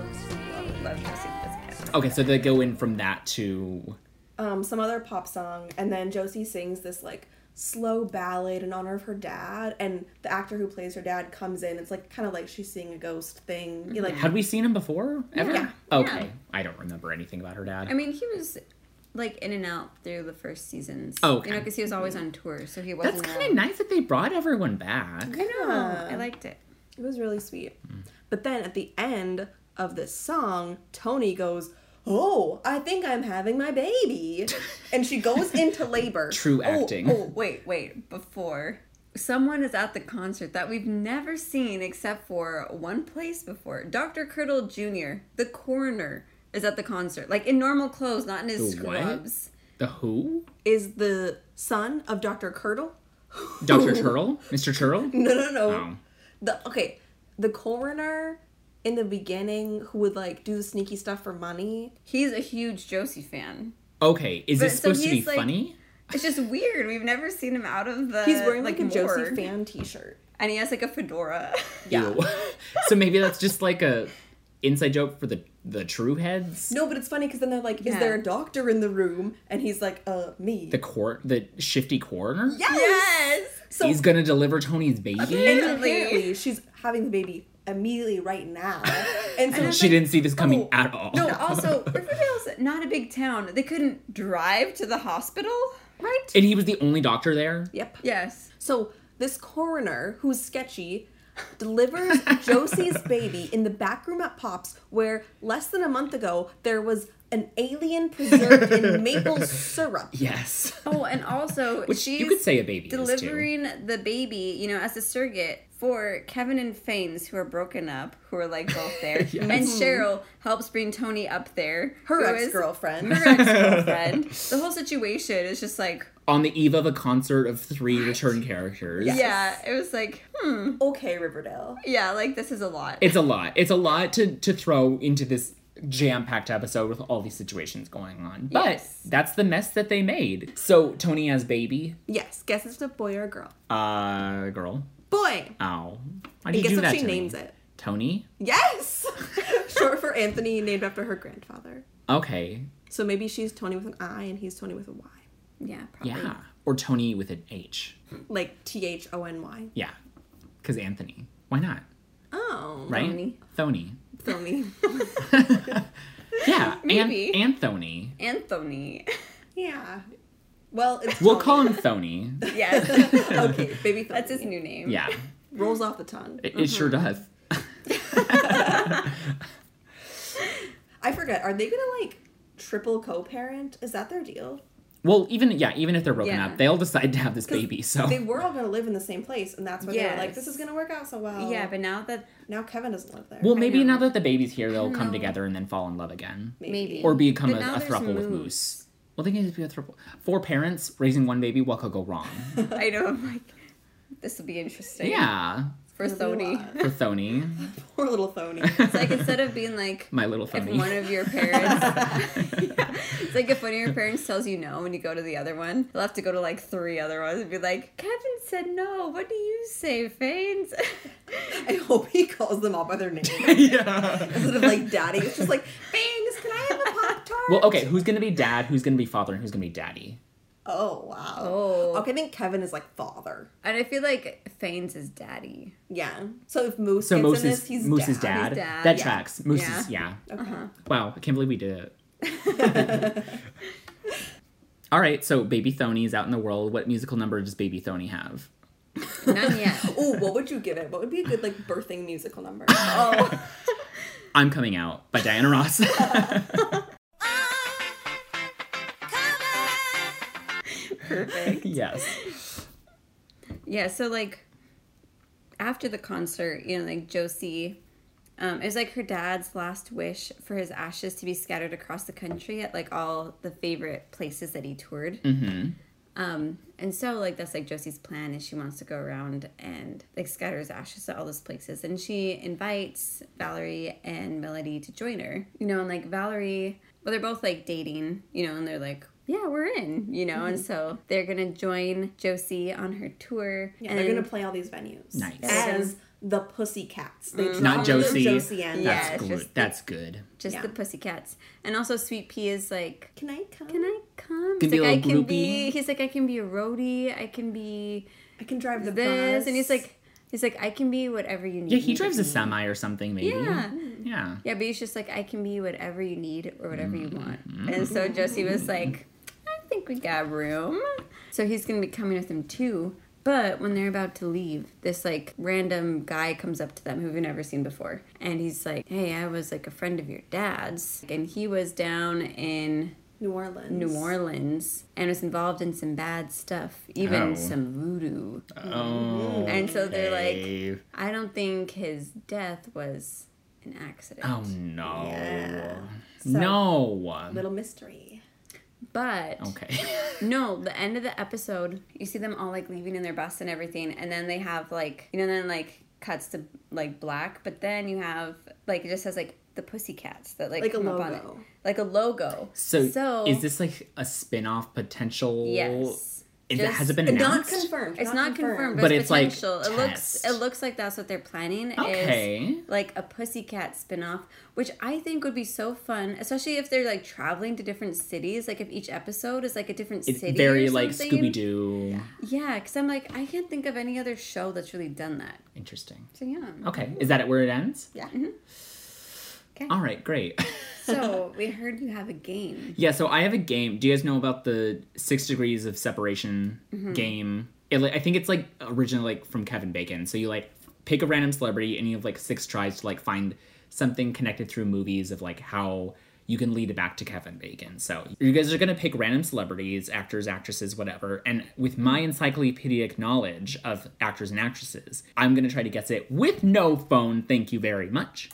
Speaker 1: Josie and Pussycat.
Speaker 2: Okay, so they go in from that to
Speaker 3: um, some other pop song, and then Josie sings this like slow ballad in honor of her dad, and the actor who plays her dad comes in. It's like kind of like she's seeing a ghost thing. You like
Speaker 2: had we seen him before? Ever?
Speaker 1: Yeah.
Speaker 2: Okay.
Speaker 1: Yeah.
Speaker 2: I don't remember anything about her dad.
Speaker 1: I mean, he was like in and out through the first seasons.
Speaker 2: Oh, Okay.
Speaker 1: You know, because he was always on tour, so he
Speaker 2: That's
Speaker 1: wasn't.
Speaker 2: kind of nice that they brought everyone back.
Speaker 1: I know. I liked it.
Speaker 3: it was really sweet.
Speaker 2: Hmm.
Speaker 3: But then at the end of this song, Tony goes. Oh, I think I'm having my baby. And she goes into labor.
Speaker 2: True acting.
Speaker 1: Oh, wait, wait. Before. Someone is at the concert that we've never seen except for one place before. Dr. Kirtle Jr., the coroner, is at the concert. Like in normal clothes, not in his
Speaker 2: The what?
Speaker 1: scrubs.
Speaker 2: The who?
Speaker 3: Is the son of Dr. Curdle?
Speaker 2: Dr. Turtle? Mr. Turtle?
Speaker 3: No, no, no.
Speaker 2: Oh.
Speaker 3: The okay, the coroner in the beginning who would like do the sneaky stuff for money.
Speaker 1: He's a huge Josie fan.
Speaker 2: Okay, is this
Speaker 1: But- so
Speaker 2: supposed to be
Speaker 1: he's, like-
Speaker 2: funny?
Speaker 1: It's just weird. We've never seen him out of the.
Speaker 3: He's wearing Uh, like, a Josie
Speaker 1: morgue.
Speaker 3: fan T-shirt.
Speaker 1: And he has like a fedora.
Speaker 3: Yeah.
Speaker 2: Ew. so maybe that's just like a inside joke for the the true heads,
Speaker 3: No, but it's funny because then they're like, "Is
Speaker 1: Yeah.
Speaker 3: there a doctor in the room?" And he's like, "Uh, me."
Speaker 2: the court, the shifty coroner.
Speaker 3: yes.
Speaker 1: yes!
Speaker 3: So
Speaker 2: He's gonna deliver Tony's baby.
Speaker 3: and apparently she's having the baby immediately right now, and so
Speaker 2: She didn't see this coming
Speaker 3: Oh,
Speaker 2: at all.
Speaker 1: No, also, Riverdale's not a big town. They couldn't drive to the hospital, right?
Speaker 2: And he was the only doctor there.
Speaker 3: Yep.
Speaker 1: yes.
Speaker 3: So this coroner, who's sketchy, delivers Josie's baby in the back room at Pops, where less than a month ago there was an alien preserved in maple syrup.
Speaker 2: Yes.
Speaker 1: Oh, and also,
Speaker 2: Which
Speaker 1: she's
Speaker 2: you could say a baby is too.
Speaker 1: delivering the baby, you know, as a surrogate for Kevin and Fanes, who are broken up, who are like both there. And Cheryl helps bring Tony up there.
Speaker 3: Her
Speaker 1: who is-
Speaker 3: ex girlfriend.
Speaker 1: Her ex girlfriend. the whole situation is just like,
Speaker 2: On the eve of a concert of three return characters.
Speaker 1: yeah, it was like, hmm,
Speaker 3: Okay, Riverdale.
Speaker 1: yeah, like this is a lot.
Speaker 2: It's a lot. It's a lot to, to throw into this jam packed episode with all these situations going on. But
Speaker 1: Yes.
Speaker 2: that's the mess that they made. So Tony has baby,
Speaker 3: Yes, guess it's a boy or a girl.
Speaker 2: uh, girl.
Speaker 3: Boy.
Speaker 2: Ow. Why
Speaker 3: And
Speaker 2: did you
Speaker 3: guess
Speaker 2: do
Speaker 3: what
Speaker 2: that
Speaker 3: she
Speaker 2: to me?
Speaker 3: names it?
Speaker 2: Tony?
Speaker 3: Yes. Short for Anthony, named after her grandfather.
Speaker 2: Okay.
Speaker 3: So maybe she's Tony with an I and he's Tony with a Y.
Speaker 1: Yeah, probably.
Speaker 2: Yeah. Or Tony with an H.
Speaker 3: Like T H O N Y.
Speaker 2: Yeah. Because Anthony. Why not?
Speaker 3: Oh.
Speaker 2: Right?
Speaker 1: Tony.
Speaker 2: Thony.
Speaker 3: Filmy.
Speaker 2: Yeah.
Speaker 1: Maybe.
Speaker 2: An- Anthony.
Speaker 1: Anthony.
Speaker 3: yeah. Well, it's
Speaker 2: We'll call him Thony.
Speaker 1: Yes.
Speaker 3: okay, baby. Filmy.
Speaker 1: That's his new name.
Speaker 2: Yeah.
Speaker 3: rolls off the tongue. Mm,
Speaker 2: It, it sure does.
Speaker 3: I forget. Are they gonna like triple co-parent? Is that their deal?
Speaker 2: Well, even yeah, even if they're broken
Speaker 1: Yeah.
Speaker 2: up, they'll decide to have this
Speaker 3: 'Cause
Speaker 2: baby. So
Speaker 3: they were all gonna live in the same place, and that's why they were like, "This
Speaker 1: Yes.
Speaker 3: is gonna work out so well."
Speaker 1: Yeah, but now that
Speaker 3: now Kevin doesn't live there.
Speaker 2: well, maybe
Speaker 1: know.
Speaker 2: now that the baby's here, they'll come together and then fall in love again,
Speaker 1: maybe.
Speaker 2: or become a,
Speaker 1: But now
Speaker 2: a
Speaker 1: there's
Speaker 2: thruple with
Speaker 1: Moose.
Speaker 2: Moose. Well, they can just be a thruple. Four parents raising one baby. What could go wrong?
Speaker 1: I know. I'm like, this will be interesting.
Speaker 2: yeah,
Speaker 1: For
Speaker 3: It'll be a
Speaker 1: Sony.
Speaker 3: lot.
Speaker 2: for Thony,
Speaker 3: Poor little phony.
Speaker 1: It's like instead of being like,
Speaker 2: my little
Speaker 1: if
Speaker 2: Thony.
Speaker 1: one of your parents, it's like if one of your parents tells you no and you go to the other one, you'll have to go to like three other ones and be like, Kevin said no. What do you say, Fanes?
Speaker 3: I hope he calls them all by their name
Speaker 2: yeah.
Speaker 3: instead of like daddy. It's just like, "Bangs, can I have a pop tart?"
Speaker 2: Well, okay. Who's gonna be dad? Who's gonna be father? And who's gonna be daddy?
Speaker 3: Oh wow.
Speaker 1: Oh.
Speaker 3: Okay, I think Kevin is like father.
Speaker 1: and I feel like Fanes is daddy.
Speaker 3: Yeah. So if Moose
Speaker 2: So
Speaker 3: gets
Speaker 2: Moose
Speaker 3: in this,
Speaker 2: is
Speaker 3: he's
Speaker 2: Moose is
Speaker 3: dad.
Speaker 2: dad.
Speaker 1: He's dad,
Speaker 2: That
Speaker 1: yeah.
Speaker 2: tracks. Moose is yeah.
Speaker 1: Uh-huh.
Speaker 2: Wow, I can't believe we did it. All right, so Baby Thony is out in the world. What musical number does Baby Thony have?
Speaker 1: None yet.
Speaker 3: Oh, what would you give it? What would be a good like birthing musical number?
Speaker 1: Oh,
Speaker 2: I'm Coming Out by Diana Ross.
Speaker 1: perfect.
Speaker 2: yes.
Speaker 1: Yeah, so like after the concert, you know, like Josie, um, it was like her dad's last wish for his ashes to be scattered across the country at like all the favorite places that he toured. Mm-hmm. Um, and so like that's like Josie's plan is she wants to go around and like scatter his ashes to all those places. And she invites Valerie and Melody to join her. You know, and like Valerie well they're both like dating, you know, and they're like, Yeah, we're in, you know, and
Speaker 3: Mm-hmm.
Speaker 1: so they're gonna join Josie on her tour.
Speaker 3: Yeah,
Speaker 1: and
Speaker 3: they're gonna play all these venues.
Speaker 2: Nice.
Speaker 3: As the Pussycats. They
Speaker 2: Not
Speaker 3: dropped the
Speaker 2: Josie.
Speaker 3: Josie and
Speaker 1: Yeah.
Speaker 2: That's
Speaker 1: it's
Speaker 2: good.
Speaker 1: just-
Speaker 2: That's good.
Speaker 1: just
Speaker 3: Yeah.
Speaker 1: the pussycats. And also Sweet Pea is like,
Speaker 3: Can I come?
Speaker 1: Can I come?
Speaker 2: Can
Speaker 1: He's
Speaker 2: be a
Speaker 1: like, I
Speaker 2: little
Speaker 1: can
Speaker 2: groupie."
Speaker 1: be he's like, I can be a roadie, I can be
Speaker 3: I can drive the
Speaker 1: this
Speaker 3: bus.
Speaker 1: and he's like he's like, I can be whatever you need.
Speaker 2: Yeah, he
Speaker 1: me to
Speaker 2: drives a
Speaker 1: be."
Speaker 2: semi or something, maybe.
Speaker 1: Yeah.
Speaker 2: Yeah.
Speaker 1: Yeah, but he's just like, I can be whatever you need or whatever you want.
Speaker 2: Mm-hmm.
Speaker 1: And so Josie was like, I think we got room. So he's gonna be coming with them too. But when they're about to leave, this like random guy comes up to them who we've never seen before. And he's like, Hey, I was like a friend of your dad's. And he was down in
Speaker 3: New Orleans.
Speaker 1: New Orleans and was involved in some bad stuff, even
Speaker 2: Oh.
Speaker 1: some voodoo.
Speaker 2: Oh.
Speaker 1: Mm-hmm. And so they're like,
Speaker 2: okay.
Speaker 1: I don't think his death was an accident.
Speaker 2: Oh no.
Speaker 3: Yeah. So-
Speaker 2: No.
Speaker 3: Little mystery.
Speaker 1: But
Speaker 2: Okay.
Speaker 1: no, the end of the episode, you see them all like leaving in their bus and everything, and then they have like you know then like cuts to like black, but then you have like it just says like the pussycats that like,
Speaker 3: Like a
Speaker 1: come up on it.
Speaker 3: logo.
Speaker 1: Like a logo.
Speaker 2: So,
Speaker 1: so
Speaker 2: is this like a spin-off potential?
Speaker 1: Yes.
Speaker 2: Is it,
Speaker 1: Just-
Speaker 2: has it been
Speaker 1: Not
Speaker 3: Not
Speaker 2: announced?
Speaker 3: confirmed.
Speaker 1: It's not confirmed, but,
Speaker 2: But
Speaker 1: it's,
Speaker 2: it's, like,
Speaker 1: potential. it looks
Speaker 2: test.
Speaker 1: it looks like that's what they're planning is
Speaker 2: okay.
Speaker 1: like a pussycat spin-off, which I think would be so fun, especially if they're like traveling to different cities, like if each episode is like a different
Speaker 2: It's
Speaker 1: city.
Speaker 2: very
Speaker 1: or
Speaker 2: like
Speaker 1: something.
Speaker 2: Scooby Doo.
Speaker 1: Yeah, because I'm like, I can't think of any other show that's really done that.
Speaker 2: Interesting.
Speaker 1: So yeah.
Speaker 2: Okay, is that it where it ends?
Speaker 3: Yeah.
Speaker 1: Mm-hmm.
Speaker 2: All right, great.
Speaker 1: So we heard you have a game.
Speaker 2: yeah, so I have a game. Do you guys know about the six degrees of separation game? It, like, I think it's like originally like from Kevin Bacon. So you like pick a random celebrity and you have like six tries to like find something connected through movies of like how you can lead it back to Kevin Bacon. So you guys are gonna pick random celebrities, actors, actresses, whatever, and with my encyclopedic knowledge of actors and actresses, I'm gonna try to guess it with no phone. Thank you very much.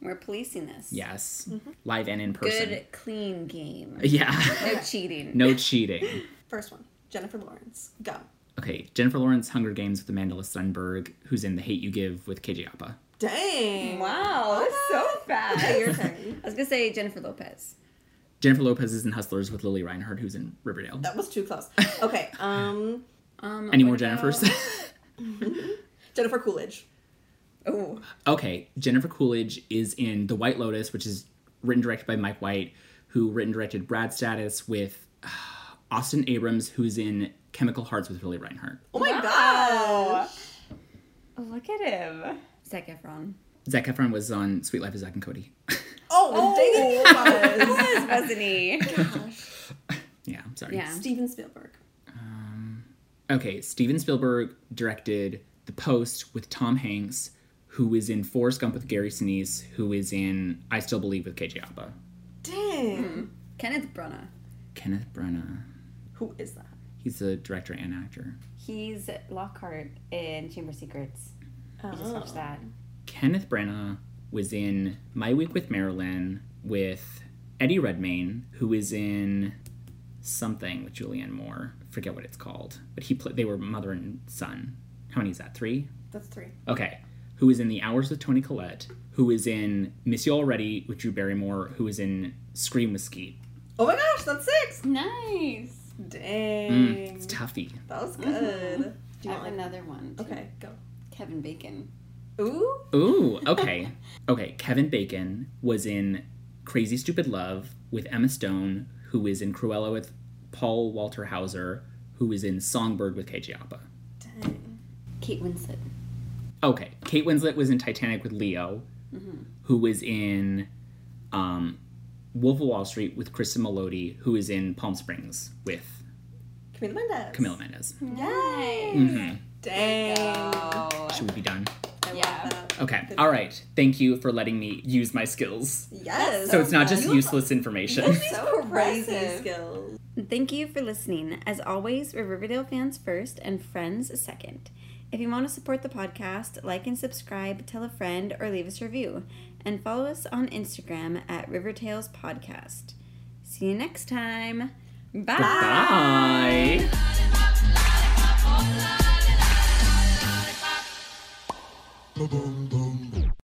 Speaker 1: We're policing this.
Speaker 2: Yes. Live and in person.
Speaker 1: Good, clean game.
Speaker 2: Yeah.
Speaker 1: No cheating.
Speaker 2: no cheating.
Speaker 3: First one. Jennifer Lawrence. Go.
Speaker 2: Okay, Jennifer Lawrence Hunger Games with Amanda Sundberg, who's in The Hate You Give with KJ Apa.
Speaker 3: Dang.
Speaker 1: Wow, that's so
Speaker 3: Okay,
Speaker 1: fast.
Speaker 3: your turn.
Speaker 1: I was gonna say Jennifer Lopez.
Speaker 2: Jennifer Lopez is in Hustlers with Lily Reinhardt, who's in Riverdale.
Speaker 3: That was too close. Okay. Um,
Speaker 1: Um,
Speaker 2: Any
Speaker 1: what
Speaker 2: more
Speaker 1: about-
Speaker 2: Jennifers?
Speaker 3: Jennifer Coolidge.
Speaker 1: Oh,
Speaker 2: okay, Jennifer Coolidge is in The White Lotus, which is written and directed by Mike White, who written and directed Brad Status with uh, Austin Abrams, who's in Chemical Hearts with Willie Reinhart.
Speaker 3: Oh my god.
Speaker 5: Look at him.
Speaker 1: Zac Efron.
Speaker 2: Zac Efron was on Sweet Life of Zac and Cody.
Speaker 3: Oh, dang it. was.
Speaker 1: Wasn't he?
Speaker 2: yeah, I'm sorry.
Speaker 1: Yeah.
Speaker 3: Steven Spielberg.
Speaker 2: Okay, Steven Spielberg directed The Post with Tom Hanks, who is in Forrest Gump with Gary Sinise, who is in I Still Believe with KJ Apa.
Speaker 3: Dang.
Speaker 1: Kenneth Branagh.
Speaker 2: Kenneth Branagh.
Speaker 5: Who is that?
Speaker 2: He's a director and actor.
Speaker 1: He's
Speaker 5: Lockhart in Chamber of Secrets.
Speaker 3: Oh.
Speaker 5: I just watched that.
Speaker 2: Kenneth Branagh was in My Week with Marilyn with Eddie Redmayne, who is in something with Julianne Moore. Forget what it's called, but he played. They were mother and son. How many is that? Three.
Speaker 3: That's three.
Speaker 2: Okay. Who is in The Hours with Tony Collette? Who is in Miss You Already with Drew Barrymore? Who is in Scream with Skeet?
Speaker 3: Oh my gosh, that's six.
Speaker 1: nice.
Speaker 3: Dang.
Speaker 2: Mm, it's toughy.
Speaker 3: That was good. Do
Speaker 1: I
Speaker 3: you
Speaker 1: have
Speaker 3: want like
Speaker 1: another one. too.
Speaker 3: Okay, go.
Speaker 1: Kevin Bacon.
Speaker 3: Ooh.
Speaker 2: Ooh, okay. okay, Kevin Bacon was in Crazy Stupid Love with Emma Stone, who is in Cruella with Paul Walter Hauser, who is in Songbird with KJ Apa.
Speaker 3: Dang.
Speaker 1: Kate Winslet.
Speaker 2: Okay, Kate Winslet was in Titanic with Leo, who was in um, Wolf of Wall Street with Kristen Melody, who is in Palm Springs with
Speaker 3: Camila Mendez.
Speaker 2: Camila Mendes.
Speaker 1: Nice.
Speaker 2: hmm
Speaker 3: Dang.
Speaker 1: Oh,
Speaker 2: Should we be done?
Speaker 3: I
Speaker 1: Yeah.
Speaker 3: love that.
Speaker 2: Okay, all right. Thank you for letting me use my skills.
Speaker 3: Yes.
Speaker 2: So it's not just
Speaker 3: You
Speaker 2: useless information.
Speaker 3: have
Speaker 5: So
Speaker 3: Crazy
Speaker 5: impressive.
Speaker 3: skills.
Speaker 1: Thank you for listening. As always, we're Riverdale fans first and friends second. If you want to support the podcast, like and subscribe, tell a friend, or leave us a review. And follow us on Instagram at Rivertales Podcast. See you next time. Bye.
Speaker 2: Bye.
Speaker 6: Boom, boom, boom.